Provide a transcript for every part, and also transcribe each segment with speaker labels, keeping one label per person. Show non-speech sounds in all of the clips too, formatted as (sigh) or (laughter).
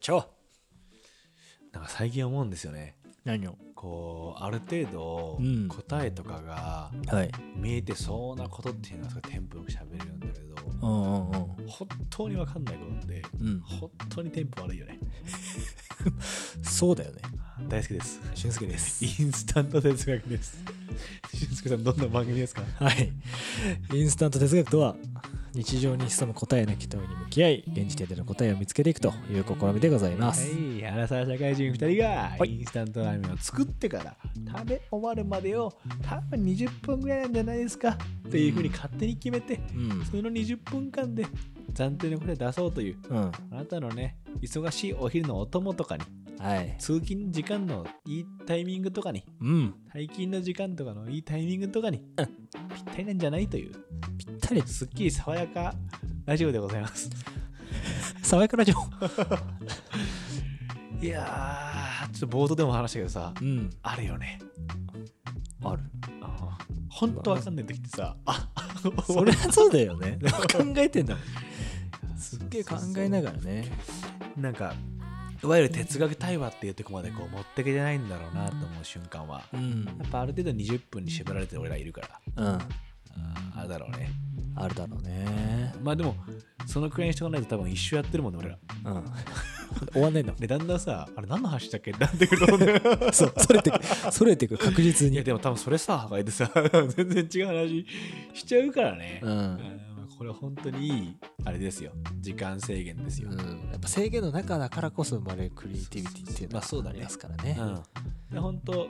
Speaker 1: ちょなんか最近思うんですよね
Speaker 2: 何を
Speaker 1: こうある程度
Speaker 2: うん
Speaker 1: 答えとかが
Speaker 2: はい
Speaker 1: 見えてそうなことっていうのはすごいテンポよく喋れるんだけど
Speaker 2: うんうんうん
Speaker 1: 本当に分かんないことって
Speaker 2: うん
Speaker 1: 本当にテンポ悪いよね
Speaker 2: そうだよね
Speaker 1: 大好きです
Speaker 2: 俊介です
Speaker 1: インスタント哲学です俊介さんどんな番組ですか
Speaker 2: はいインスタント哲学とは日常に潜む答えのき問いに向き合い現時点での答えを見つけていくという試みでございます、
Speaker 1: はい、原沢社会人2人が
Speaker 2: はい
Speaker 1: インスタントラーメンを作ってから食べ終わるまでを多分20分ぐらいなんじゃないですかっていうふうに勝手に決めて
Speaker 2: うん
Speaker 1: その20分間で暫定の答え出そうという
Speaker 2: うん
Speaker 1: あなたのね忙しいお昼のお供とかに
Speaker 2: はい
Speaker 1: 通勤時間のいいタイミングとかに
Speaker 2: うん
Speaker 1: 退勤の時間とかのいいタイミングとかにぴったりなんじゃないという
Speaker 2: ぴったり
Speaker 1: すっきり爽やかラジオでございます
Speaker 2: 爽やかな情報
Speaker 1: いやーちょっと冒頭でも話したけどさ
Speaker 2: うん
Speaker 1: あるよね
Speaker 2: ある
Speaker 1: 本当わかんない時ってさあ
Speaker 2: それはそうだよね (laughs) 考えてんだもんすっげえ考えな
Speaker 1: が
Speaker 2: がらね
Speaker 1: らなんかいわゆる哲学対話っていうとこまでこう持ってけてないんだろうなと思う瞬間は
Speaker 2: うん
Speaker 1: やっぱある程度20分に縛られてる俺らいるか
Speaker 2: う
Speaker 1: ら
Speaker 2: ん
Speaker 1: あーあれだろうね
Speaker 2: あるだろうね
Speaker 1: まあでもそのくらいにしとかないと多分一周やってるもんね俺ら
Speaker 2: うん終わんないんだもん
Speaker 1: でだんだんさあれ何の話だっけなんてくると思うんだよ
Speaker 2: そう、それてく、それてく、確実
Speaker 1: い
Speaker 2: に。
Speaker 1: やでも多分それさでさ (laughs) 全然違う話しちゃうからね、
Speaker 2: うん。
Speaker 1: うんこれ本当にいいあれですよ時間制限ですよ、
Speaker 2: うん、やっぱ制限の中だからこそ生まれるクリエイティビティっていうのは
Speaker 1: そうそうそうまあそうだね
Speaker 2: りますからね。
Speaker 1: で本当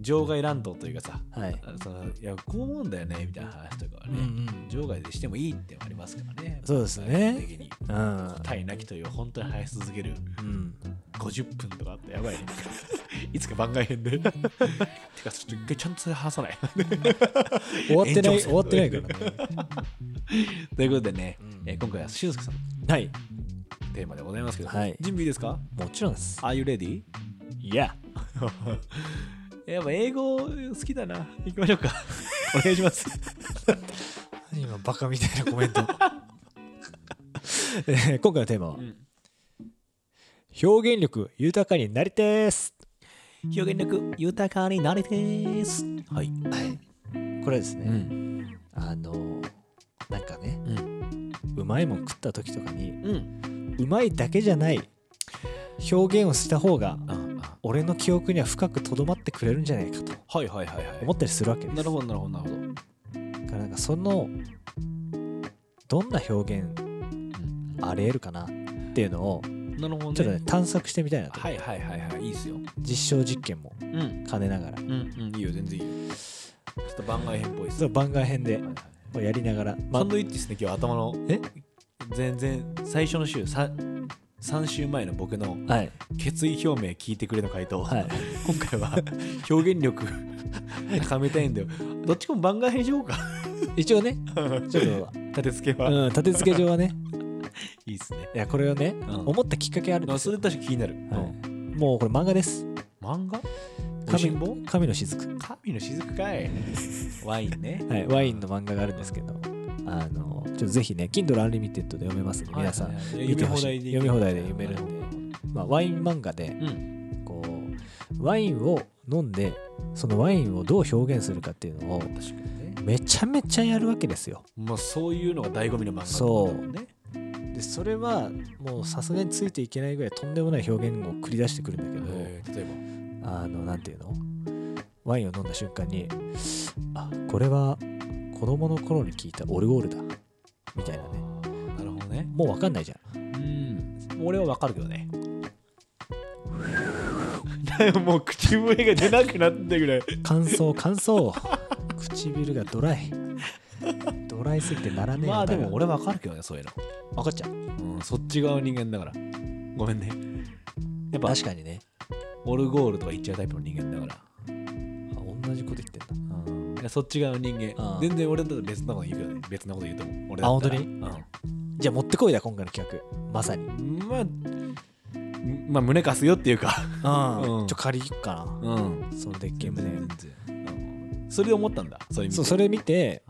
Speaker 1: 場外乱闘というかさ
Speaker 2: はい。
Speaker 1: そのいやこう思うんだよねみたいな話とかは
Speaker 2: うんう
Speaker 1: ね、
Speaker 2: ん。
Speaker 1: 場外でしてもいいってのもありますからね
Speaker 2: そうですね
Speaker 1: 基本的に
Speaker 2: うん。
Speaker 1: 対なきという本当に生え続ける
Speaker 2: うん。
Speaker 1: 50分とかあってやばいねいつか番外編でてかちょっと一回ちゃんとそれ話さない
Speaker 2: 終わってな
Speaker 1: 延長
Speaker 2: い、
Speaker 1: 戦
Speaker 2: 終わってないからね。
Speaker 1: ということでね、
Speaker 2: うん
Speaker 1: えー今回は俊介さんの
Speaker 2: はい。
Speaker 1: テーマでございますけど、
Speaker 2: はい
Speaker 1: 準備いいですか
Speaker 2: (laughs) もちろんです。
Speaker 1: ?Are you ready?
Speaker 2: いや。
Speaker 1: (laughs) やっぱ英語好きだな行きましょう (laughs) かお願いします
Speaker 2: 今、バカみたいなコメント。 (laughs) えー今回のテーマは、
Speaker 1: ん
Speaker 2: 表現力豊かになりてーす。
Speaker 1: 表現力豊かになりてーすはい
Speaker 2: はい。これはですね、
Speaker 1: ん
Speaker 2: あのー、なんかね、
Speaker 1: う
Speaker 2: うまいもん食った時とかに、
Speaker 1: うん
Speaker 2: うまいだけじゃない表現をした方が
Speaker 1: ああ
Speaker 2: 俺の記憶には深くとどまってくれるんじゃないかと
Speaker 1: はいはいはいはい
Speaker 2: 思ったりするわけです
Speaker 1: なるほどなるほどなるほど
Speaker 2: だからなんかそのどんな表現ありえるかなっていうのを
Speaker 1: なるほどね
Speaker 2: ちょっとね探索してみたいなと
Speaker 1: はいはいはいはいいいっすよ
Speaker 2: 実証実験も
Speaker 1: うん
Speaker 2: 兼ねながら
Speaker 1: うんうんいいよ全然いいよちょっと番外編っぽいっす
Speaker 2: そう番外編で
Speaker 1: はいはい
Speaker 2: こうやりながらま
Speaker 1: サンドイッチですね今日頭の
Speaker 2: え
Speaker 1: 全然最初の週さ3週前の僕の
Speaker 2: はい
Speaker 1: 決意表明聞いてくれの回答、
Speaker 2: はい
Speaker 1: 今回は表現力高めたいんだよどっちかも番外編しようか
Speaker 2: 一応ねちょっ
Speaker 1: (laughs)
Speaker 2: と、
Speaker 1: 立て付けは、
Speaker 2: う
Speaker 1: い
Speaker 2: ん、立て付け上はね
Speaker 1: いっすね
Speaker 2: いやこれをね、
Speaker 1: ん
Speaker 2: 思ったきっかけあるん
Speaker 1: まあ
Speaker 2: です
Speaker 1: そ
Speaker 2: よ
Speaker 1: れ、確かに気になる、
Speaker 2: は
Speaker 1: う
Speaker 2: い
Speaker 1: ん、
Speaker 2: もうこれ漫画です
Speaker 1: 漫画おし
Speaker 2: 神
Speaker 1: んぼ
Speaker 2: 神の雫
Speaker 1: 神の雫か
Speaker 2: (laughs)
Speaker 1: いワインね
Speaker 2: はい、ワインの漫画があるんですけど、あの、ちょっとぜひね、Kindle Unlimited で読めますんで、皆さん、
Speaker 1: はいはいはい
Speaker 2: 見てほしい
Speaker 1: 読み放題で
Speaker 2: 読み放題で読めるまあ、ワイン漫画で、
Speaker 1: うん
Speaker 2: こう、ワインを飲んで、そのワインをどう表現するかっていうのを、
Speaker 1: 確かにね
Speaker 2: めちゃめちゃやるわけですよ。
Speaker 1: まあそういうのが醍醐味の漫画
Speaker 2: そう
Speaker 1: だもんね
Speaker 2: で、それは、もうさすがについていけないぐらいとんでもない表現を繰り出してくるんだけど、
Speaker 1: えー例えば
Speaker 2: あの、なんていうのワインを飲んだ瞬間に、あ、これは子供の頃に聞いたオルゴールだ。みたいなね。
Speaker 1: あーなるほどね
Speaker 2: もうわかんないじゃん。
Speaker 1: うん俺はわかるけどね (laughs) もう口笛が出なくなってぐらい
Speaker 2: 乾
Speaker 1: (laughs)
Speaker 2: 燥乾燥唇がドライドライすぎてならねえよ
Speaker 1: まあでも
Speaker 2: お互い
Speaker 1: 俺わかるけどねそういう
Speaker 2: 分かっちゃう
Speaker 1: の、うん、そっち側の人間だからごめんねやっぱ
Speaker 2: 確かにね
Speaker 1: オルゴールとか言っちゃうタイプの人間だから
Speaker 2: あ同じこと言ってんだ
Speaker 1: いやそっち側の人間
Speaker 2: うん
Speaker 1: 全然俺だと別なこと言うけどね別なこと言うと思う俺だったら
Speaker 2: あじゃあ持ってこいだ今回の企画まさに
Speaker 1: うんまあまあ胸貸すよっていうかん
Speaker 2: ちょ借り行くかな、
Speaker 1: うん
Speaker 2: そのデッキムね
Speaker 1: うんそれで思ったんだそういう意味
Speaker 2: そ
Speaker 1: で
Speaker 2: うそれ見て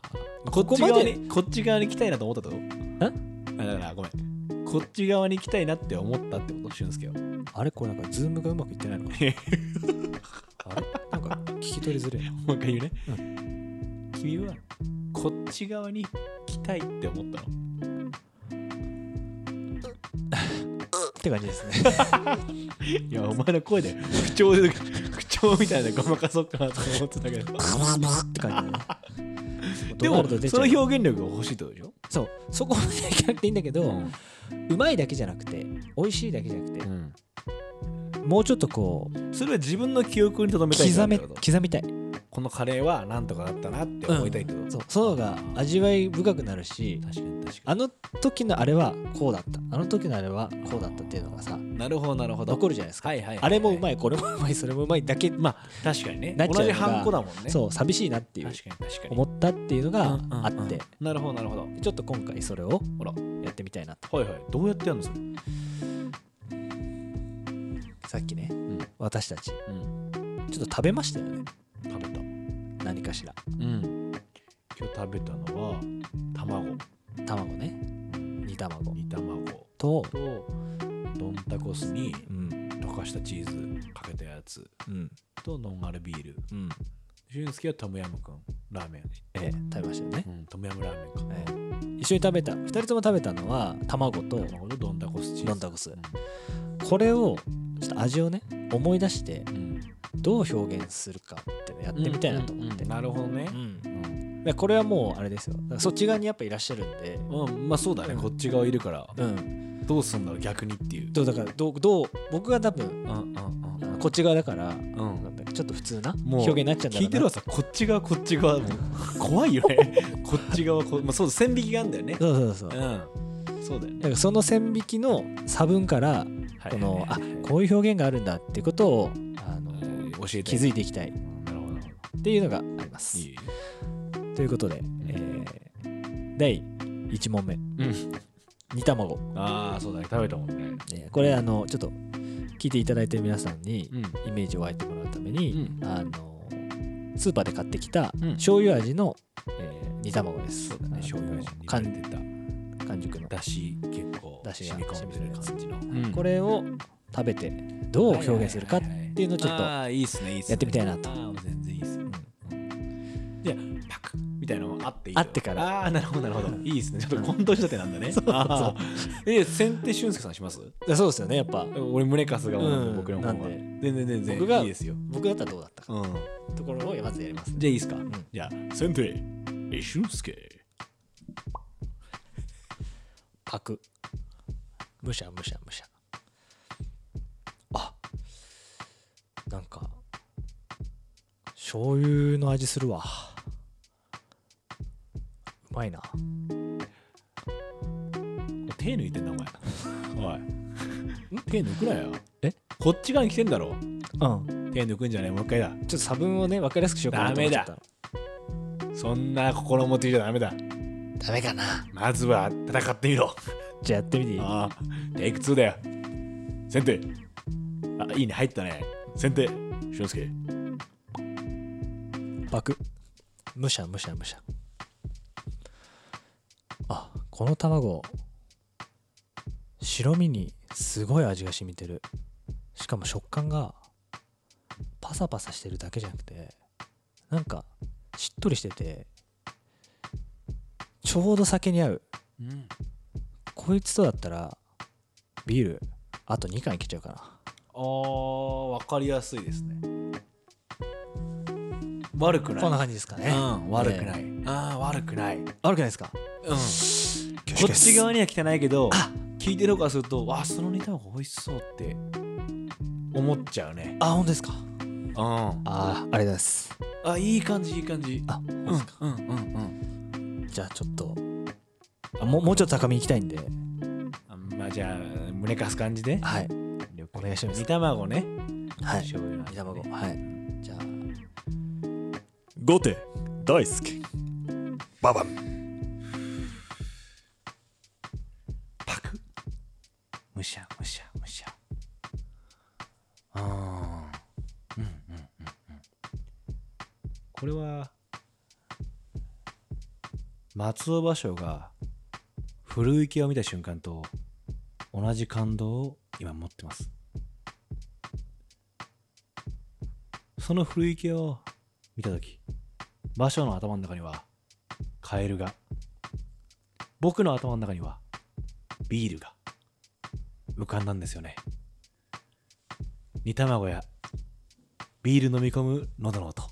Speaker 1: こっ
Speaker 2: こ
Speaker 1: ち
Speaker 2: ま
Speaker 1: 側
Speaker 2: で
Speaker 1: にこっち側に来たいなと思ったと
Speaker 2: え
Speaker 1: あだからごめん
Speaker 2: こ
Speaker 1: こっち側に行きたいなって思ったってこと俊介は
Speaker 2: あれこれなんかズームがうまくいってないのかなあれなんか聞き取りづれえな
Speaker 1: もう一回言うね、君はこっち側に来たいって思ったの
Speaker 2: って感じですね
Speaker 1: いやお前の声で不調で不調みたいなごまかそうかなと思ってたけど
Speaker 2: って感じだね
Speaker 1: で
Speaker 2: ドナ
Speaker 1: も
Speaker 2: ルド出ちゃ
Speaker 1: そうの表現力が欲しいってことでしょ
Speaker 2: そうそこまでいかなくていいんだけど、うまいだけじゃなくて美味しいだけじゃなくて、
Speaker 1: ん
Speaker 2: もうちょっとこう
Speaker 1: それは自分の記憶に留めたい
Speaker 2: 刻め
Speaker 1: ってこと
Speaker 2: 刻みたい
Speaker 1: このカレーはなんとかだったなって思いたいってこと、
Speaker 2: そうその方が味わい深くなるし
Speaker 1: 確かに確か
Speaker 2: あの時のあれはこうだったあの時のあれはこうだったっていうのがさ
Speaker 1: になるほどなるほど
Speaker 2: 残るじゃないですか、
Speaker 1: はいはいはいはい
Speaker 2: あれもうまいこれもうまいそれもうまいだけ、
Speaker 1: まあ確かにね
Speaker 2: なっちゃうの
Speaker 1: 同じ
Speaker 2: が
Speaker 1: ハンコだもんね
Speaker 2: そう寂しいなっていう
Speaker 1: 確かに確かに
Speaker 2: 思ったっていうのがあって、
Speaker 1: うんうんうんなるほどなるほど
Speaker 2: ちょっと今回それを
Speaker 1: ほら
Speaker 2: やってみたいなと
Speaker 1: はいはいどうやってやるのそれ、
Speaker 2: さっきね私たちちょ
Speaker 1: うん、
Speaker 2: っと食べましたよね
Speaker 1: 食べたうん
Speaker 2: 何かしら
Speaker 1: 今日食べたのは卵
Speaker 2: 卵ね煮卵
Speaker 1: 煮卵
Speaker 2: と
Speaker 1: とドンタコスに
Speaker 2: うん
Speaker 1: 溶かしたチーズかけたやつ
Speaker 2: うん
Speaker 1: とノンアルビール
Speaker 2: うん
Speaker 1: 俊介はトムヤムくんラーメン、
Speaker 2: ええ食べましたよね、
Speaker 1: うん、トムヤムラーメンか、
Speaker 2: ええ一緒に食べた2人とも食べたのは卵と
Speaker 1: 卵とドンタコスチーズ
Speaker 2: ロンタコスこれをちょっと味をね思い出して
Speaker 1: うんうん
Speaker 2: どう表現するかっていうのやってみたいなと思って、
Speaker 1: うんなるほどね
Speaker 2: う、ん
Speaker 1: うん
Speaker 2: でこれはもうあれですよだからそっち側にやっぱいらっしゃるんで
Speaker 1: うんまあそうだね、
Speaker 2: うん
Speaker 1: こっち側いるから
Speaker 2: うん
Speaker 1: どうすんだろう逆にっていう
Speaker 2: どうだからどうどう僕が多分
Speaker 1: うんうん
Speaker 2: あのこっち側だから
Speaker 1: う
Speaker 2: なんんだちょっと普通な
Speaker 1: もう
Speaker 2: 表現になっちゃうんだろうな
Speaker 1: 聞いてるわさこっち側こっち側もう怖いよね (laughs) こっち側こ、まあ、そう線引きがあるんだよね
Speaker 2: そうそうそう
Speaker 1: う
Speaker 2: だか
Speaker 1: んそうだよね
Speaker 2: らその線引きの差分からこのあこういう表現があるんだってことをあの
Speaker 1: うん教えて
Speaker 2: 気づいていきたいっ
Speaker 1: なるほどなるほ
Speaker 2: ていうのがあります
Speaker 1: どいい
Speaker 2: ということで、えー第1問目
Speaker 1: うん
Speaker 2: 煮卵、
Speaker 1: ああそうだね食べたもんね
Speaker 2: えーこれあのちょっと聞いていただいてる皆さんに
Speaker 1: うん
Speaker 2: イメージを湧いてもらうため
Speaker 1: う
Speaker 2: に、
Speaker 1: ん
Speaker 2: あのスーパーで買ってきた
Speaker 1: うん
Speaker 2: 醤油味の、えー煮卵です。
Speaker 1: そうだね醤油味に
Speaker 2: か
Speaker 1: 入
Speaker 2: ん
Speaker 1: れてた
Speaker 2: 完熟の、
Speaker 1: だし結構
Speaker 2: だしが
Speaker 1: 染み込んでる感じのうん
Speaker 2: これを食べてどう表現するかっていうのをちょっと、
Speaker 1: ああいいっすねいいっすね
Speaker 2: やってみたいなと
Speaker 1: あー全然いいっすねじゃあパクッみたいなのもあっていい
Speaker 2: あってから
Speaker 1: ああーなるほどなるほどいいっすねちょっと混同したてなんだねそ
Speaker 2: (laughs)
Speaker 1: う
Speaker 2: そう
Speaker 1: え先手俊介さんします
Speaker 2: そうですよねやっぱ
Speaker 1: 俺胸かすが多いので
Speaker 2: うん
Speaker 1: 僕の方が
Speaker 2: なん
Speaker 1: 全然全然
Speaker 2: 僕が
Speaker 1: いいですよ
Speaker 2: 僕だったらどうだったか
Speaker 1: うん
Speaker 2: ところをまずやります、
Speaker 1: じゃあいいっすか
Speaker 2: ん
Speaker 1: じゃあ先手え俊介
Speaker 2: パクむしゃむしゃむしゃあなんか醤油の味するわうまいな
Speaker 1: 手抜いてんなお
Speaker 2: (laughs)
Speaker 1: 前おい手抜くなよ
Speaker 2: え
Speaker 1: こっち側に来てんだ
Speaker 2: う
Speaker 1: ろ
Speaker 2: んちょ
Speaker 1: 手抜くんじゃないもう一回だ
Speaker 2: っと差分をね分かりやすくしようかなと思っちゃった
Speaker 1: そんな心持ちじゃダメだ
Speaker 2: ダメかな
Speaker 1: まずは戦ってみろ
Speaker 2: じゃあやってみていい
Speaker 1: ああ、テイク2だよ。先手。あ、いいね、入ったね。先手。俊介。
Speaker 2: パクむしゃむしゃむしゃあこの卵白身にすごい味が染みてるしかも食感がパサパサしてるだけじゃなくてなんかしっとりしててちょうど酒に合う
Speaker 1: うん。
Speaker 2: こいつとだったらビールあと2缶いけちゃうかな
Speaker 1: ああ、わかりやすいですね。悪くない。
Speaker 2: こんな感じですかね、、
Speaker 1: うん、悪くないい。ああ、悪くない。うん。こ
Speaker 2: 悪くないですかこ
Speaker 1: っち側には来てないけど、聞いてる方からすると、わあ、その煮卵美味しそうって思っちゃうね。
Speaker 2: あ本当ですか
Speaker 1: うん。あ、
Speaker 2: あーありがとうございます
Speaker 1: いい感じ、いい感じ。
Speaker 2: あ、
Speaker 1: う
Speaker 2: そうっすか
Speaker 1: うん、うん、うん。
Speaker 2: じゃあちょっとあもうもうちょっと高めいきたいんで
Speaker 1: あまあ、じゃあ、胸かす感じで。
Speaker 2: はい
Speaker 1: お
Speaker 2: 願いします
Speaker 1: 煮卵ね。
Speaker 2: はい
Speaker 1: 醤油の
Speaker 2: 煮
Speaker 1: 味
Speaker 2: 卵はいじゃあ
Speaker 3: 後手大輔ババン
Speaker 1: パクむしゃむしゃむしゃあーうんうんうんうんこれは松尾芭蕉が古池を見た瞬間と
Speaker 4: 同じ感動を今持ってますその古池を見た時馬匠の頭の中にはカエルが僕の頭の中にはビールが浮かんだんですよね煮卵やビール飲み込む喉の音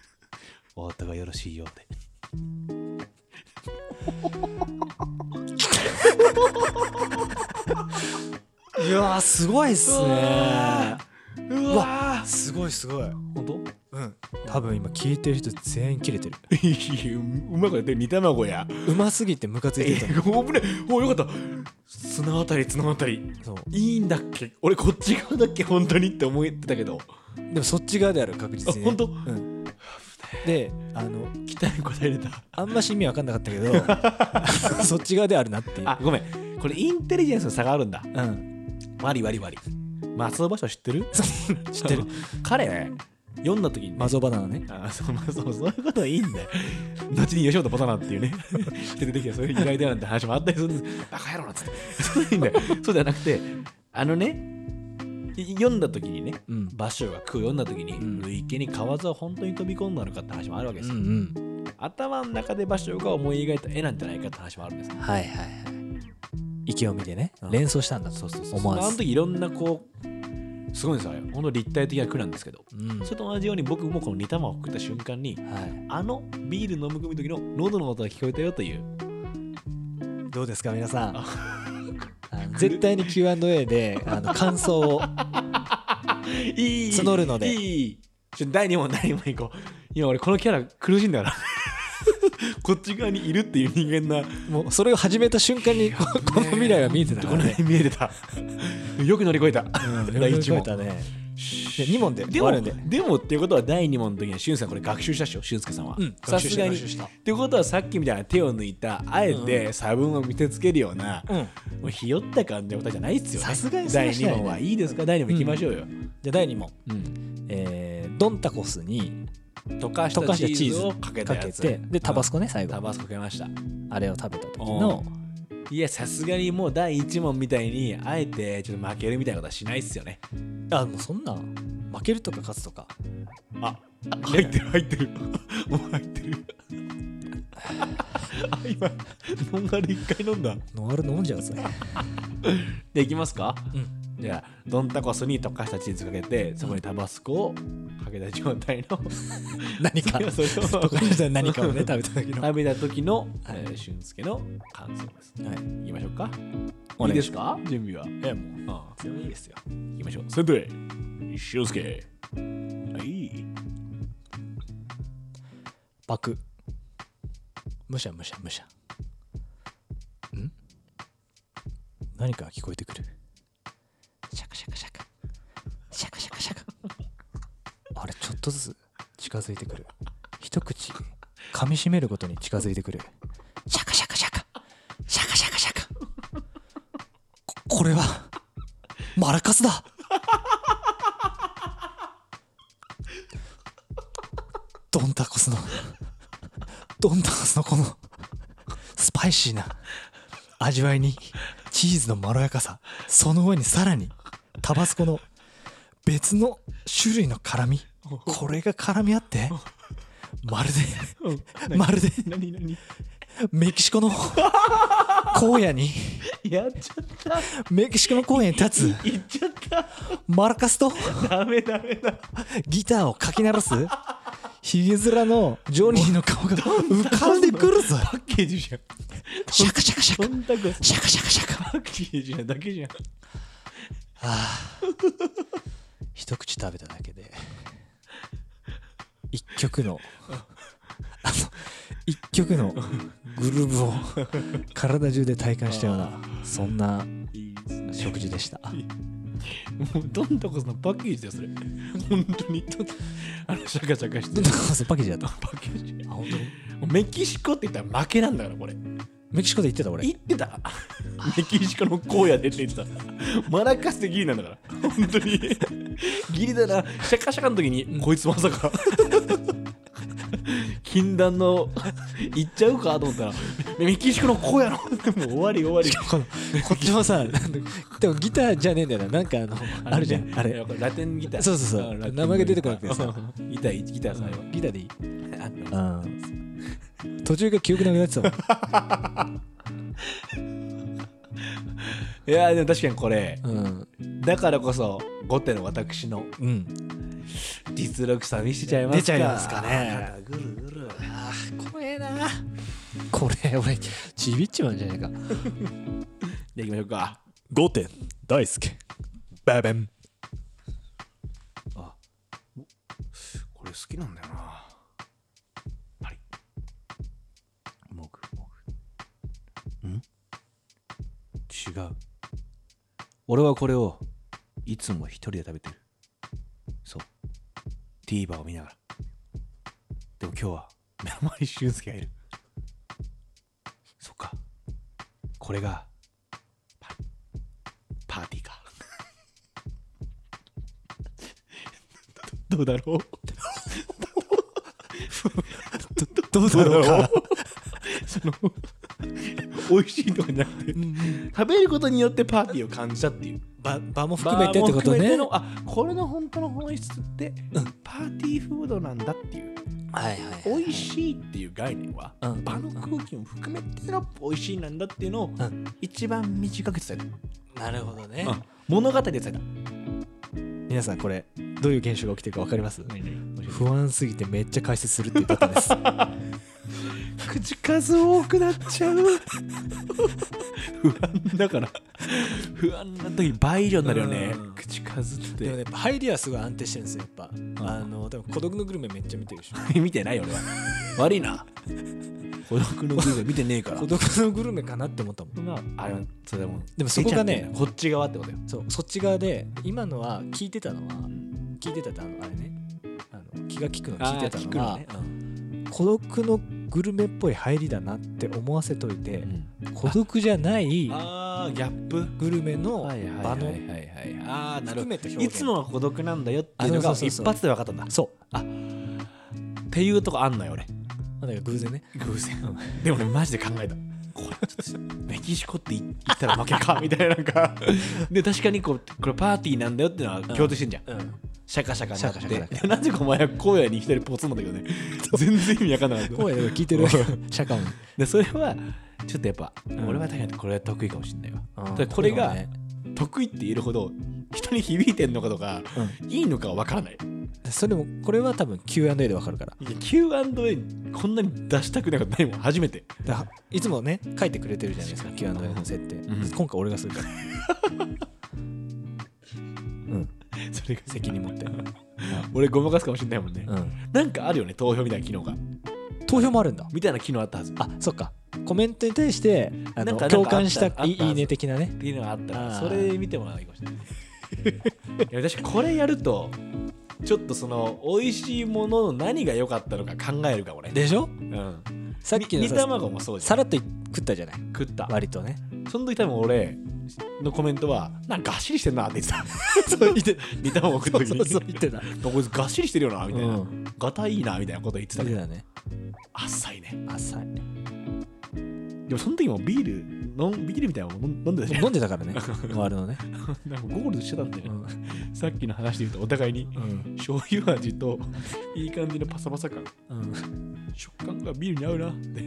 Speaker 1: (laughs)
Speaker 4: お音がよろしいようで
Speaker 2: いやーすごいっすね
Speaker 1: うわ
Speaker 2: すごいすごい
Speaker 4: 本当
Speaker 1: うん
Speaker 2: 多分今聞いてる人全員切れてる
Speaker 1: いやうまくやってる煮卵や
Speaker 2: うますぎてムカついて
Speaker 1: え
Speaker 2: た
Speaker 1: おぶねおよかった綱渡り綱渡り
Speaker 2: そう
Speaker 1: いいんだっけ俺こっち側だっけ本当にって思ってたけど
Speaker 2: でもそっち側である確実に、ね、
Speaker 1: あ本当
Speaker 2: うんであの
Speaker 1: 期待に応えれた
Speaker 2: あんまし意味わかんなかったけど (laughs) そっち側であるなっていう
Speaker 1: あごめんこれインテリジェンスの差があるんだ
Speaker 2: うん
Speaker 1: 割り割り割り松尾芭蕉知ってる
Speaker 2: 知ってる
Speaker 1: 彼ね読んだ時に、ね、
Speaker 2: マゾバナナね
Speaker 1: あそうまあそうそういうことはいいんだよ。後に吉本ボタナっていうね、 (laughs) 人出てきたそういう由来だなんて話もあったりするんです。バカ野郎なんつって。そういうんだよ。そうじゃなくて、あのね、い読んだ時にね、
Speaker 2: うん
Speaker 1: 芭蕉が句を読んだ時に、
Speaker 2: うん
Speaker 1: 累計に河津は本当に飛び込んだのかって話もあるわけ
Speaker 2: う
Speaker 1: で
Speaker 2: ん
Speaker 1: す
Speaker 2: う
Speaker 1: よ。
Speaker 2: ん
Speaker 1: 頭の中で芭蕉が思い描いた絵なんじゃないかって話もあるんです。
Speaker 2: はいはいはい息を見てね
Speaker 1: うん
Speaker 2: 連想したんだ
Speaker 1: そうそう
Speaker 2: そう
Speaker 1: 思わず。
Speaker 2: まあ
Speaker 1: あ
Speaker 2: あ
Speaker 1: の
Speaker 2: の
Speaker 1: 時いろんなこう、すごいんですよ。ほんと立体的な句なんですけど。
Speaker 2: うん
Speaker 1: それと同じように僕もこの煮玉を食った瞬間に、
Speaker 2: はい
Speaker 1: あのビール飲む組の時の喉の音が聞こえたよという。
Speaker 2: どうですか皆さんあの (laughs) 絶対に Q&A で (laughs) あの感想を
Speaker 1: いい
Speaker 2: 募るので
Speaker 1: いいちょ第2問第2問行こう今俺このキャラ苦しいん (laughs) だからこっち側にいるっていう人間な
Speaker 2: もうそれを始めた瞬間にここの未来が見えてたか
Speaker 1: こ
Speaker 2: ら
Speaker 1: の
Speaker 2: ね
Speaker 1: 辺見えてたよく乗り越えた、第1問
Speaker 2: たね2問で
Speaker 1: で
Speaker 2: 終わ
Speaker 1: も
Speaker 2: るんで
Speaker 1: でもっていうことは第2問の時にはしゅんさんこれ学習したでしょしゅんすけさんは、
Speaker 2: うん
Speaker 1: さすがに
Speaker 2: 学習した学習した
Speaker 1: ってことはさっきみたいな手を抜いたあえて差分を見せつけるような、
Speaker 2: うん
Speaker 1: もうひよった感じのことじゃないっすよね
Speaker 2: さすがにそれ
Speaker 1: 第
Speaker 2: はしないね
Speaker 1: 2問はいいですか第2問行きましょうよ、
Speaker 2: じゃあ第2問
Speaker 1: うん
Speaker 2: えードンタコスに
Speaker 1: 溶かし
Speaker 2: 溶か
Speaker 1: た
Speaker 2: したチ
Speaker 1: チ
Speaker 2: ー
Speaker 1: ー
Speaker 2: ズ
Speaker 1: ズ
Speaker 2: を
Speaker 1: を
Speaker 2: か
Speaker 1: か
Speaker 2: け
Speaker 1: けたやつ
Speaker 2: てでタバスコね最後
Speaker 1: タバスコかけました
Speaker 2: あれを食べた時の
Speaker 1: いやさすがにもう第1問みたいにあえてちょっと負けるみたいなことはしないっすよね
Speaker 2: あもうそんな負けるとか勝つとか
Speaker 1: あ入ってる入ってる (laughs) もう入って (laughs) るあ今ノンアル1回飲んだ
Speaker 2: ノンアル飲んじゃうそれ
Speaker 1: でいきますか、
Speaker 2: うん
Speaker 1: じゃあドンタコスに溶かしたチーズかけてそこにタバスコをかけた状態 (laughs) の
Speaker 2: 何か
Speaker 1: いやそれ
Speaker 2: (laughs)
Speaker 1: は
Speaker 2: とか何かをね食べた時の
Speaker 1: 食べた時の、
Speaker 2: はい
Speaker 1: えー俊介の感想です
Speaker 2: はい
Speaker 1: いきましょうか
Speaker 2: お
Speaker 1: い
Speaker 2: 願
Speaker 1: いで
Speaker 2: い
Speaker 1: す
Speaker 2: し
Speaker 1: か準備は
Speaker 2: えもう
Speaker 1: あ
Speaker 2: 全然いいですよ
Speaker 1: 行きましょうそれで俊介はい
Speaker 2: パクむしゃむしゃむしゃん何かが聞こえてくるシャカシャカシャカシャカシャカシャカあれちょっとずつ近づいてくる一口噛みしめるごとに近づいてくるシャカシャカシャカシャカシャカシャカここれはマラカスだドンタコスのドンタコスのこのスパイシーな味わいにチーズのまろやかさその上にさらにタバスコの別の種類の辛みこれが絡み合ってまるでまるで
Speaker 1: 何何
Speaker 2: メキシコの荒野に
Speaker 1: やっちゃった
Speaker 2: メキシコの荒野に立つ
Speaker 1: いっちゃった
Speaker 2: マラカスと
Speaker 1: (laughs) ダメダメだ
Speaker 2: ギターをかき鳴らすヒゲ面のジョニーの顔が浮かんでくるぞ
Speaker 1: パッケージじゃん
Speaker 2: シャカシャカシャカ
Speaker 1: そんなこと
Speaker 2: シャカシャカシャカ
Speaker 1: パッケージなだけじゃん
Speaker 2: (laughs) 一口食べただけで一曲のあの一曲のグルーヴを体中で体感したようなそんない
Speaker 1: いですね
Speaker 2: 食事でした
Speaker 1: もうどんたこそのパッケージだよそれ本当にあのシャカシャカし
Speaker 2: ど
Speaker 1: て
Speaker 2: ん
Speaker 1: る
Speaker 2: なコースパッケージだと
Speaker 1: パッケージ
Speaker 2: あ本当に
Speaker 1: もうメキシコって言ったら負けなんだからこれ
Speaker 2: メキシコで行ってた俺
Speaker 1: 言ってた (laughs) メキシコの荒野でって言ってたマラカスでギリなんだから本当にギリだなシャカシャカの時に、こいつまさか禁断の行っちゃうかと思ったらメキシコのこうやろもう終わり終わり
Speaker 2: このこっちもさでもギターじゃねえんだよななんかあの (laughs) あるじゃんあれ
Speaker 1: ラテンギター
Speaker 2: そうそうそう
Speaker 1: あラテン
Speaker 2: 名前が出てこなくてさ
Speaker 1: (laughs) ギターギターさんは
Speaker 2: ギターでいいうん途中が記憶なくなってたもん
Speaker 1: いやーでも確かにこれ
Speaker 2: うん
Speaker 1: だからこそ後手の私の
Speaker 2: うん
Speaker 1: 実力差見せちゃいますか
Speaker 2: 出ちゃいますかね
Speaker 1: ぐるぐる
Speaker 2: 怖えなこれ俺ちびっちまうんじゃないか
Speaker 1: じゃあ行きましょうか
Speaker 3: ゴテ大輔バベン
Speaker 1: これ好きなんだよな
Speaker 4: もぐもぐん違う俺はこれをいつも一人で食べてるそう TVer を見ながらでも今日は目の前に俊介がいるそっかこれがパパーティーかどどうだろう
Speaker 2: どうだろうか
Speaker 1: 美味しいとかじゃなくて食べることによってパーティーを感じたっていう
Speaker 2: 場場も含めてってこと
Speaker 1: バーも含めて
Speaker 2: ね
Speaker 1: のあこれの本当の本質ってパーティーフードなんだっていう
Speaker 2: はいはい
Speaker 1: 美味しいっていう概念は
Speaker 2: うん
Speaker 1: 場の空気も含めての美味しいなんだっていうのを
Speaker 2: うん
Speaker 1: 一番短く伝え
Speaker 2: なるほどね
Speaker 1: た、物語で伝えた
Speaker 2: 皆さんこれどういう現象が起きてるか分かります不安すぎてめっちゃ解説するっていうパター (laughs) ンです
Speaker 1: 口数多くなっちゃう (laughs) 不安だから不安な時倍以上になるよね
Speaker 2: うん
Speaker 1: 口数っ
Speaker 2: でもね
Speaker 1: て
Speaker 2: やっぱ入りはすごい安定してるんですよやっぱ、あの多分孤独のグルメめっちゃ見てるでしょ
Speaker 1: (laughs) 見てないよ俺は悪いな孤独のグルメ見てねえから
Speaker 2: 孤独のグルメかなって思ったもん
Speaker 1: あれそれでも
Speaker 2: でもそこがね
Speaker 1: 出ちゃってんだよこっち側ってことよ
Speaker 2: そうそっち側で今のは聞いてたのは聞いてたってあのあれねあの気が利くの聞いてたのは、孤独のグルメっぽい入りだなって思わせといて、孤独じゃない
Speaker 1: あーギャップ
Speaker 2: グルメの場の
Speaker 1: ああな
Speaker 2: 含
Speaker 1: るほ
Speaker 2: めた表
Speaker 1: ど
Speaker 2: 現
Speaker 1: いつもは孤独なんだよっていうのが
Speaker 2: あそうそうそうそう
Speaker 1: 一発で分かったんだっ
Speaker 2: そう
Speaker 1: ていうとこあんのよ俺
Speaker 2: まあだから偶然ね
Speaker 1: 偶然でもねマジで考えたこれちょっとメキシコって言ったら負けかみたいななんか (laughs) で確かにこうこれパーティーなんだよってのは共通してんじゃん
Speaker 2: うん
Speaker 1: シャカシャカになって
Speaker 2: シャカシャカだから
Speaker 1: でなぜかお前は荒野に一人ポツンだけどね全然意味わかんなかった
Speaker 2: 声で聞いてる社会も
Speaker 1: でそれはちょっとやっぱ、
Speaker 2: ん
Speaker 1: 俺は確かにこれは得意かもしれないわ、
Speaker 2: うん
Speaker 1: だからこれ
Speaker 2: そうだ
Speaker 1: が
Speaker 2: ね
Speaker 1: 得意って言えるほど人に響いてんのかとか、いいのかは分からない
Speaker 2: それもこれは多分 Q&A でわかるから
Speaker 1: いや Q&A にこんなに出したくなかったないもん初めて
Speaker 2: だからいつもね書いてくれてるじゃないですか Q&A の設定、
Speaker 1: ん
Speaker 2: 今回俺がするから
Speaker 1: (laughs)
Speaker 2: うん
Speaker 1: それが
Speaker 2: 責任持って、う
Speaker 1: 俺ごまかすかもしれないもんね、
Speaker 2: ん、
Speaker 1: なんかあるよね投票みたいな機能が
Speaker 2: 投票もあるんだ
Speaker 1: みたいな機能あったはず
Speaker 2: あそっかコメントに対してあ
Speaker 1: なん
Speaker 2: の
Speaker 1: か
Speaker 2: 共感した
Speaker 1: なんかあった
Speaker 2: いい
Speaker 1: あった
Speaker 2: いいね的なね
Speaker 1: っていうのがあったら
Speaker 2: あ
Speaker 1: そ
Speaker 2: ー
Speaker 1: れ見てもらえばいいかもしれない (laughs) いや確かにこれやるとちょっとその美味しいものの何が良かったのか考えるかもね
Speaker 2: でしょ
Speaker 1: うん
Speaker 2: さっきの
Speaker 1: 煮
Speaker 2: さ
Speaker 1: 卵もそうじゃ
Speaker 2: さ
Speaker 1: ん
Speaker 2: らっと食ったじゃない
Speaker 1: 食った
Speaker 2: 割とね
Speaker 1: その時多分俺のコメントは、なんかがっしりしてんなって言 (laughs) ってた。そう言って、似たもん食った時に。
Speaker 2: 言ってた
Speaker 1: なんかこいつがっしりしてるよな、みたいな。
Speaker 2: うん
Speaker 1: ガタいいな、みたいなこと言ってた
Speaker 2: 言っ
Speaker 1: け
Speaker 2: てた
Speaker 1: ど、
Speaker 2: ね
Speaker 1: あっさいね。
Speaker 2: 浅い
Speaker 1: でもその時もビール、のんビールみたいなの飲ん飲んでたじゃん。
Speaker 2: 飲んでたからね周りのね、
Speaker 1: (laughs) なんかゴールドしてたんだよ
Speaker 2: う
Speaker 1: ね。
Speaker 2: ん
Speaker 1: さっきの話で言うと、お互いに
Speaker 2: うん
Speaker 1: 醤油味と、いい感じのパサパサ感、
Speaker 2: うん、
Speaker 1: 食感がビールに合うな (laughs) って。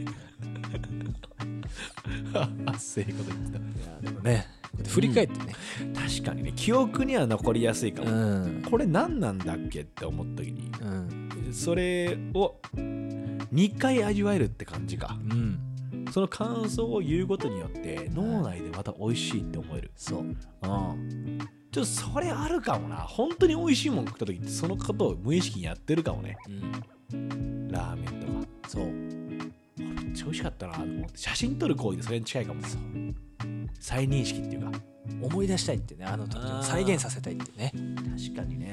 Speaker 1: あっせいこと言って
Speaker 2: でもねこうやって振り返ってね、
Speaker 1: た。確かにね、記憶には残りやすいか
Speaker 2: う
Speaker 1: も。
Speaker 2: ん
Speaker 1: これ何なんだっけって思った時に
Speaker 2: うん
Speaker 1: それを2回味わえるって感じか
Speaker 2: うん
Speaker 1: その感想を言うことによって脳内でまた美味しいって思える
Speaker 2: そう
Speaker 1: うんちょっとそれあるかもな本当に美味しいもん食った時ってそのことを無意識にやってるかもね
Speaker 2: うん
Speaker 1: ラーメンとか
Speaker 2: そう
Speaker 1: めっちゃ美味しかったなと思って写真撮る行為でそれに近いかもね再認識っていうか
Speaker 2: 思い出したいってねあの時
Speaker 1: あー
Speaker 2: を再現させたいってね
Speaker 1: 確かにね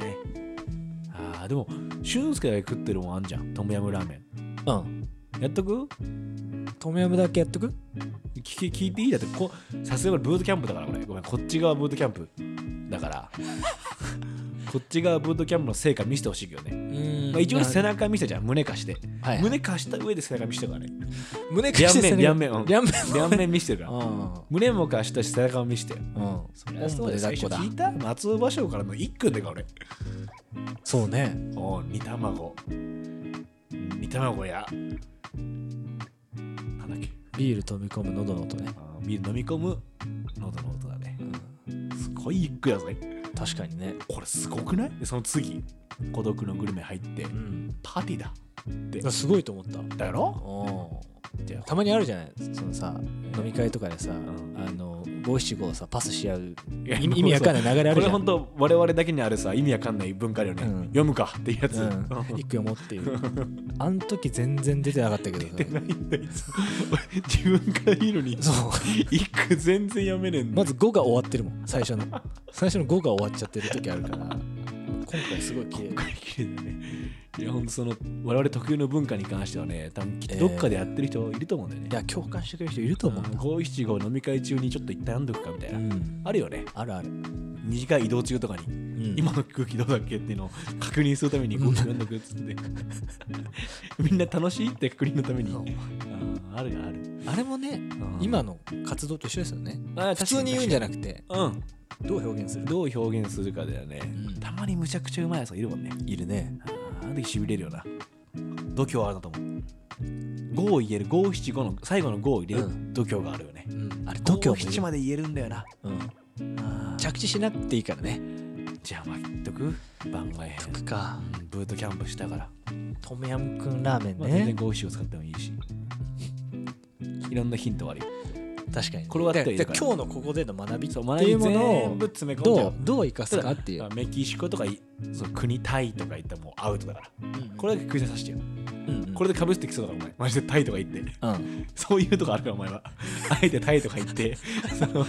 Speaker 1: あーでも俊介が食ってるもんあんじゃんトムヤムラーメ
Speaker 2: うん
Speaker 1: ンやっとく
Speaker 2: トムヤムだけやっとく
Speaker 1: 聞き聞いていいだってこさすがにブートキャンプだからこれごめんこっち側ブートキャンプだから (laughs) こっち側ブートキャンプの成果見せてほしいけどね、
Speaker 2: うん
Speaker 1: まあ、一応
Speaker 2: な
Speaker 1: 背中見せたじゃん胸貸して、
Speaker 2: はいはい
Speaker 1: 胸貸した上で背中見せたからね (laughs)
Speaker 2: 胸貸
Speaker 1: 両
Speaker 2: して
Speaker 1: 面両
Speaker 2: 両
Speaker 1: 面、う
Speaker 2: (laughs)
Speaker 1: ん
Speaker 2: 両面
Speaker 1: 両面見せてるか
Speaker 2: う
Speaker 1: ら
Speaker 2: ん
Speaker 1: 胸も貸したし背中も見せてよ
Speaker 2: うん
Speaker 1: そり
Speaker 2: お
Speaker 1: ゃ
Speaker 2: ん
Speaker 1: そ
Speaker 2: ぶ
Speaker 1: う
Speaker 2: で抱
Speaker 1: で最
Speaker 2: っ
Speaker 1: 初
Speaker 2: こだ
Speaker 1: 聞いた松尾芭蕉からの一句でか俺
Speaker 2: そうね
Speaker 1: おう煮卵煮卵やなんだっけ
Speaker 2: ビール飛び込む喉の音ね、
Speaker 1: あービール飲み込む喉の音だね
Speaker 2: うん、
Speaker 1: すごい一句やぜ
Speaker 2: 確かにね
Speaker 1: これすごくないでその次孤独のグルメ入って
Speaker 2: うん
Speaker 1: パーティーだ
Speaker 2: すごいと思った
Speaker 1: だろ
Speaker 2: うん
Speaker 1: じゃあ
Speaker 2: たまにあるじゃないそのさ飲み会とかでさ、
Speaker 1: ん
Speaker 2: あの五七五をさパスし合う
Speaker 1: いや
Speaker 2: 意
Speaker 1: (laughs)
Speaker 2: 味意味わかんない流れあ
Speaker 1: こ
Speaker 2: る
Speaker 1: れ
Speaker 2: じゃ
Speaker 1: 本
Speaker 2: ん
Speaker 1: 当我々だけにあるさ意味わかんない文化だよね、
Speaker 2: うん
Speaker 1: 読むかって (laughs) いうやつ、
Speaker 2: う
Speaker 1: うん
Speaker 2: ん、一句読もうっていうあん時全然出てなかったけどさ
Speaker 1: ないんだいつも (laughs) 自分からいいのに
Speaker 2: そう
Speaker 1: 一句全然読めねえんだ
Speaker 2: まず5が終わってるもん最初の最初の5が終わっちゃってる時あるから今回すごい綺麗
Speaker 1: 今回綺麗だねいやほんとその我々特有の文化に関してはね多分きっと
Speaker 2: えー
Speaker 1: どっかでやってる人いると思うんだよね
Speaker 2: い、や共感してくれる人いると思う
Speaker 1: うん
Speaker 2: な
Speaker 1: 五七五飲み会中にちょっと一旦読んどくかみたいな、
Speaker 2: うん
Speaker 1: あるよね
Speaker 2: あるある、
Speaker 1: 短い移動中とかに、
Speaker 2: うん
Speaker 1: 今の空気どうだっけっていうのを確認するためにこ
Speaker 2: う
Speaker 1: うん読んどくっつって (laughs) みんな楽しいって確認のために、
Speaker 2: そう
Speaker 1: ああるある、
Speaker 2: あれもね今の活動と一緒ですよね
Speaker 1: あ
Speaker 2: 普通に言うんじ
Speaker 1: ゃ
Speaker 2: ゃなくて
Speaker 1: うん
Speaker 2: どう表現する
Speaker 1: どう表現するかだよね、
Speaker 2: うん
Speaker 1: たまにむちゃくちゃうまいやつがいるもんね
Speaker 2: いるね
Speaker 1: あの時しびれるよな度胸あるなと思う5を言える5七5の最後の5を入れる
Speaker 2: うん
Speaker 1: 度胸があるよね、
Speaker 2: うんあれ度
Speaker 1: 度胸
Speaker 2: 胸もいる
Speaker 1: 7まで言えるんだよな
Speaker 2: うん
Speaker 1: あー
Speaker 2: 着地しなくていいからね
Speaker 1: じゃあまあ言っとく番外編
Speaker 2: くか
Speaker 1: うんブートキャンプしたから、
Speaker 2: トムヤムクンラーメン
Speaker 1: まあ、全
Speaker 2: ね
Speaker 1: 然5七を使ってもいいしいろんなヒントあるよ
Speaker 2: 確かに
Speaker 1: これはあったらいい
Speaker 2: で
Speaker 1: か
Speaker 2: 今
Speaker 1: ら
Speaker 2: 日のここでの学び
Speaker 1: そう
Speaker 2: っていうもの
Speaker 1: 全
Speaker 2: を
Speaker 1: 部詰め込んじゃ
Speaker 2: どう
Speaker 1: う
Speaker 2: どう生かすかっていう
Speaker 1: だからメキシコとかいその国タイとか言ったらもうアウトだから
Speaker 2: うん
Speaker 1: これだけ食いさせてよ、
Speaker 2: うんうん
Speaker 1: これでかぶってきそうだからお前マジでタイとか言って (laughs)
Speaker 2: うん
Speaker 1: そういうとこあるからお前は。あえてタイとか言って、 (laughs) その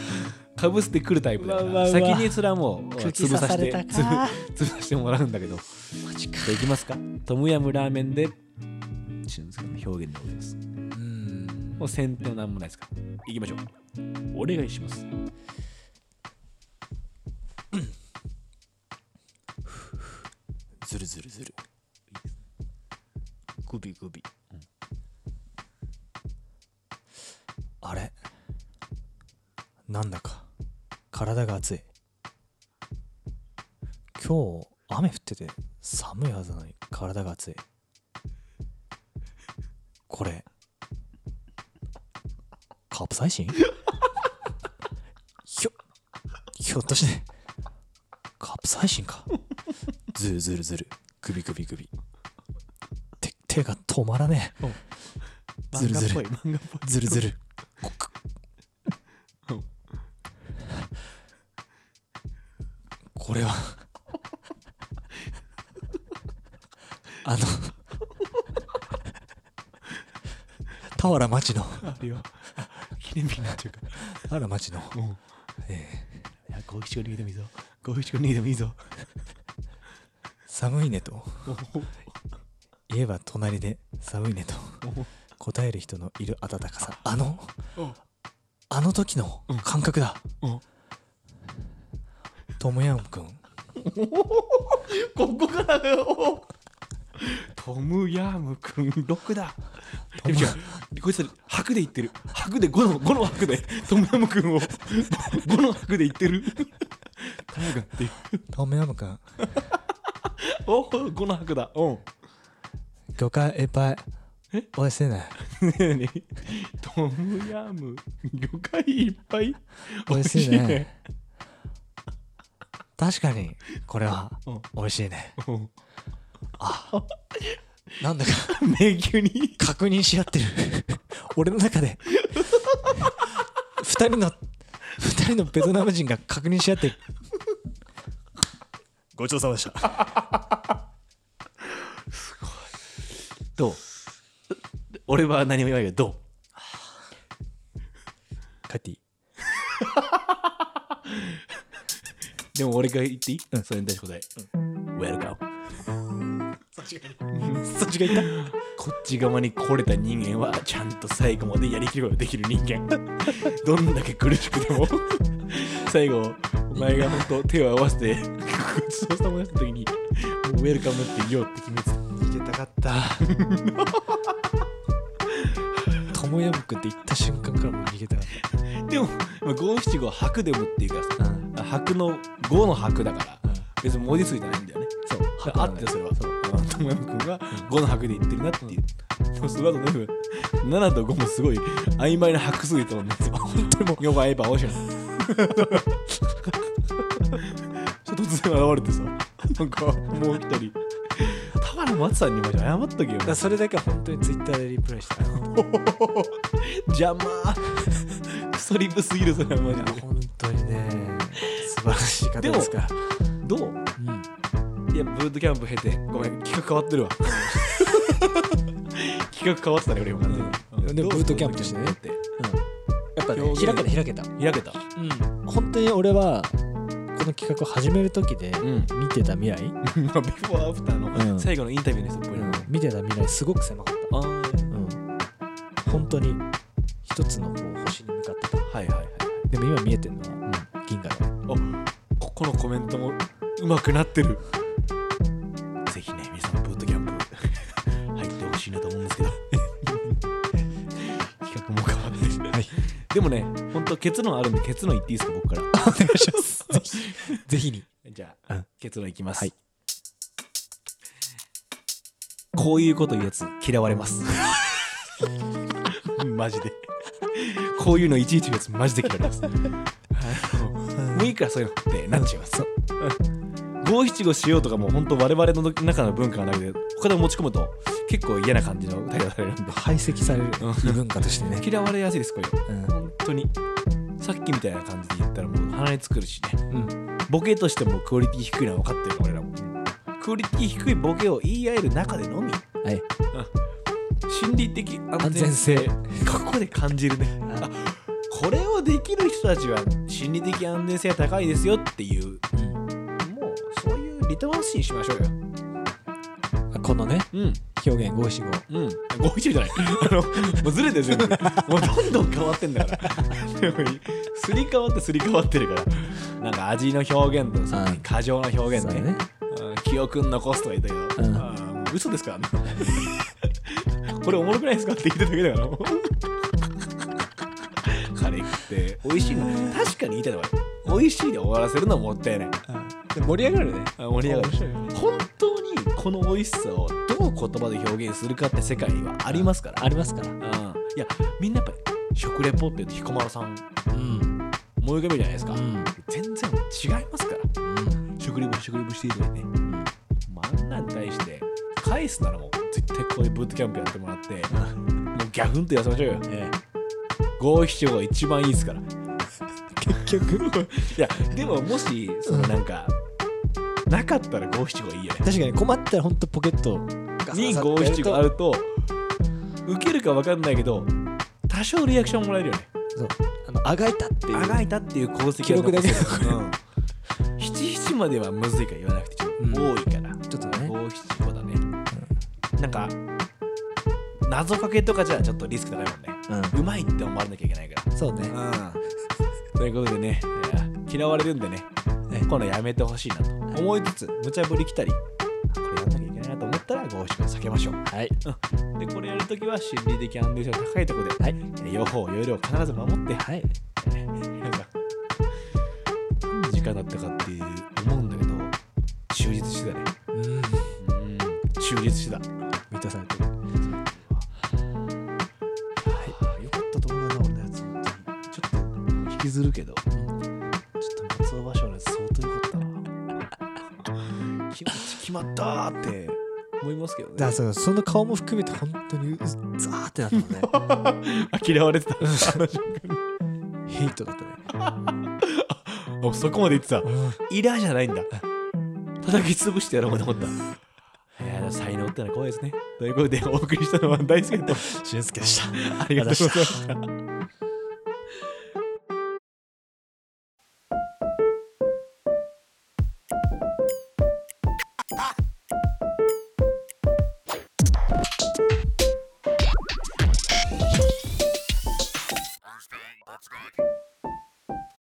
Speaker 1: かぶせてくるタイプだか
Speaker 2: う
Speaker 1: ら
Speaker 2: わうわうわ
Speaker 1: 先にそれはもう
Speaker 2: 口
Speaker 1: 潰させ
Speaker 2: 刺さ
Speaker 1: て
Speaker 2: れた
Speaker 1: 潰
Speaker 2: か
Speaker 1: (laughs) 潰させてもらうんだけど。
Speaker 2: マジか
Speaker 1: できますかトムヤムラーメンで、しゅんすけの表現でございます。
Speaker 2: うん
Speaker 1: もう先手は何もないですから。いきましょう。お願いします。
Speaker 2: ずるずるずるグビグビ、あれなんだか体が熱い今日雨降ってて寒いはずなのに体が熱いこれカプサイシンひょひょっとしてカプサイシンかずるずるずる首首首て手が止まらねえずるずる
Speaker 1: 漫画っぽい、漫画っぽい。
Speaker 2: ずるずるこく
Speaker 1: うん
Speaker 2: これはあの俵町の
Speaker 1: あるよ。 (laughs) 記念日になっちゃうから。
Speaker 2: 俵町の、ええ
Speaker 1: いや、五七五にでもいいぞ。五七五にでもいいぞ。
Speaker 2: 寒いねと言えば隣で寒いねと答える人のいる温かさあのあの時の感覚だ
Speaker 1: うん
Speaker 2: トムヤムくん
Speaker 1: ここからだよ。トムヤムくん6だ。
Speaker 2: ト
Speaker 1: い
Speaker 2: ム
Speaker 1: や違うこいつ白で言ってる白で5の5の白でトムヤムくんを5の白で言ってるトムヤムくんっていう
Speaker 2: トムヤムくん
Speaker 1: おお5の白だうん
Speaker 2: 魚介いっぱいおいしいね
Speaker 1: ねえねえトムヤム魚介いっぱい
Speaker 2: おいしいね確かにこれは
Speaker 1: うん
Speaker 2: おいしいね
Speaker 1: 美味しいね
Speaker 2: なんだか
Speaker 1: うん (laughs) 迷宮に
Speaker 2: 確認し合ってる俺の中で二人の二人のベトナム人が確認し合ってる
Speaker 3: ごちそうさまでした。
Speaker 1: どう俺は何も言わないけどど
Speaker 2: 帰っていいう
Speaker 1: でも俺が言っていい、それに対して答え、ウェルカム
Speaker 2: そっちが言っ
Speaker 1: (laughs) こっち側に来れた人間はちゃんと最後までやりきることができる人間どんだけ苦しくても最後お前が本当手を合わせてごちそうさまでした時にもうウェルカムって言おうって決めてた
Speaker 2: 行けたかった。トモヤムクって言った瞬間からもう逃げたかっ
Speaker 1: でも五七五白でもっていうからさ、白の五の白だから、
Speaker 2: うん
Speaker 1: 別に文字数じゃないんだよねそう
Speaker 2: 白
Speaker 1: あ
Speaker 2: なん
Speaker 1: っ
Speaker 2: だよ
Speaker 1: てそれは友山君が五の白で言ってるなっていう、でもその後の部分7と5もすごい曖昧な白数言ったもんですよ本当にもうよく会えばおしゃれ突然現れてさなんかもう一人田原松さんにマジ謝っとけよ
Speaker 2: た。それだけは本当にツイッターでリプライした。
Speaker 1: 邪魔クソリブすぎるそれはマジで
Speaker 2: 本当にね、素晴らしい方ですから。
Speaker 1: どう
Speaker 2: うん
Speaker 1: いや、ブートキャンプ経て、ごめん、企画変わってるわ。 (laughs) 企画変わってたね、俺
Speaker 2: う
Speaker 1: 今。
Speaker 2: んでも
Speaker 1: ど
Speaker 2: ブ
Speaker 1: う
Speaker 2: ートキャンプとしてね
Speaker 1: ブートキャンプ
Speaker 2: やっぱね
Speaker 1: 表
Speaker 2: 開
Speaker 1: 現
Speaker 2: けた開けた。
Speaker 1: って開けた。
Speaker 2: うん本当に俺はこの企画を始める時で
Speaker 1: うん。 (laughs)
Speaker 2: 見てた未来、
Speaker 1: まあ、ビフォーアフター
Speaker 2: う
Speaker 1: の
Speaker 2: ん
Speaker 1: 最後のインタビューの人っぽいな。
Speaker 2: 見てた未来すごく狭かった。
Speaker 1: あー
Speaker 2: うん、本当に一つのこう星に向かってた。
Speaker 1: はいはいはい。
Speaker 2: でも今見えてるのは、銀河だ。
Speaker 1: ここのコメントもうまくなってる。ぜひね、皆さん、ブートキャンプ (laughs) 入ってほしいなと思うんですけど。 (laughs) 企画も変わってる。はい。でもね、本当結論あるんで、結論言っていいですか、僕から。
Speaker 2: お願いします。 (laughs) ぜひぜひに。
Speaker 1: じゃあ、結論いきます。
Speaker 2: はい
Speaker 1: こういうこと言うやつ嫌われます。 (laughs) マジで。こういうのいちいち言うやつマジで嫌われます。あのもういいからそういうのってなっちゃいます。五七五しようとかも本当我々の中の文化がなくて他で持ち込むと結構嫌な感じの態度されるんで
Speaker 2: 排斥されるね
Speaker 1: うん
Speaker 2: 異文化として (laughs) ね。
Speaker 1: 嫌われやすいですこれ
Speaker 2: うん
Speaker 1: 本当にさっきみたいな感じで言ったらもう鼻に作るしね
Speaker 2: うん
Speaker 1: ボケとしてもクオリティ低いのは分かってる俺らも、クオリティ低いボケを言い合える中でのみ
Speaker 2: はい、
Speaker 1: 心理的安
Speaker 2: 安
Speaker 1: 全
Speaker 2: 全
Speaker 1: 性
Speaker 2: 性
Speaker 1: ここで感じるねあこれをできる人たちは心理的安全性が高いですよっていうもうそういうリトマス紙にしましょうよ
Speaker 2: あこのね
Speaker 1: うん
Speaker 2: 表現五七五
Speaker 1: うん5一じゃないあのもうずれてる全部もうどんどん変わってんだからすり替わってすり替わってるからなんか味の表現とさ、
Speaker 2: うん
Speaker 1: 過剰な表現
Speaker 2: そう
Speaker 1: ね
Speaker 2: だね
Speaker 1: うん記憶に残すとは言ったけど、
Speaker 2: うん
Speaker 1: あー嘘ですからねこれおもろくないですかって言ってただけだからもうカレーって美味しいの確かに言いたいのは美味しいで終わらせるのはもったいない
Speaker 2: で盛り上がるね。
Speaker 1: あ盛り上がる
Speaker 2: 面白いよね
Speaker 1: 本当にこの美味しさをどう言葉で表現するかって世界にはありますから
Speaker 2: ありますから。
Speaker 1: うん、いやみんなやっぱり食レポって言うと彦摩呂さん
Speaker 2: うん
Speaker 1: 思い浮かべるじゃないですか、
Speaker 2: うん
Speaker 1: 全然違いますから食レポ食レポしていいとかね、まああんなんに対して返すならもう絶対こういうブートキャンプやってもらって、もうギャフンと痩せましょうよ
Speaker 2: え
Speaker 1: 五七五が一番いいですから
Speaker 2: 結局
Speaker 1: いやでももしそのなんか、なかったら五七五いいよね
Speaker 2: 確かに困ったら本当ポケットガサガサって
Speaker 1: に
Speaker 2: やると
Speaker 1: 五七五あると受けるか分かんないけど多少リアクションもらえるよね
Speaker 2: そうあのあがいたっていう
Speaker 1: あがいたっていう功績
Speaker 2: 記録だけ
Speaker 1: 七七まではむずいから言わなくてちょっと
Speaker 2: うん
Speaker 1: 多いから
Speaker 2: ちょっとね
Speaker 1: 五七五だねなんか謎かけとかじゃちょっとリスク高いもんねうまいって思われなきゃいけないか
Speaker 2: うんそうね
Speaker 1: らということでねいや嫌われるんでね
Speaker 2: ね
Speaker 1: 今度やめてほしいなと思いつつ無茶ぶり来たりあこれやんなきゃいけないなと思ったら五七五避けましょう
Speaker 2: はい
Speaker 1: でこれやるときは心理的安定性の高いところで
Speaker 2: はい
Speaker 1: えー予報要領を必ず守って
Speaker 2: はい
Speaker 1: なんか何時間だったかって思うんだけど忠実してたね
Speaker 2: うん
Speaker 1: うん忠実してた
Speaker 2: 満たされてるはいよかったと思うな俺のやつ本
Speaker 1: ちょっと引きずるけどちょ
Speaker 2: 当にうん
Speaker 1: っと松尾芭蕉のやつ相当良かったな気持ち決まったーって思いますけど
Speaker 2: だか
Speaker 1: ね
Speaker 2: らそうその顔も含めて本当にうざーってなったもんね
Speaker 1: 嫌われてた
Speaker 2: (laughs) ヘイトだったね
Speaker 1: あそこまで言ってたイラじゃないんだ叩き潰してやろうと思ったいやー才能ってのは怖いですねということでお送りしたのは大輔と
Speaker 2: 俊介でした
Speaker 1: ありがとうございました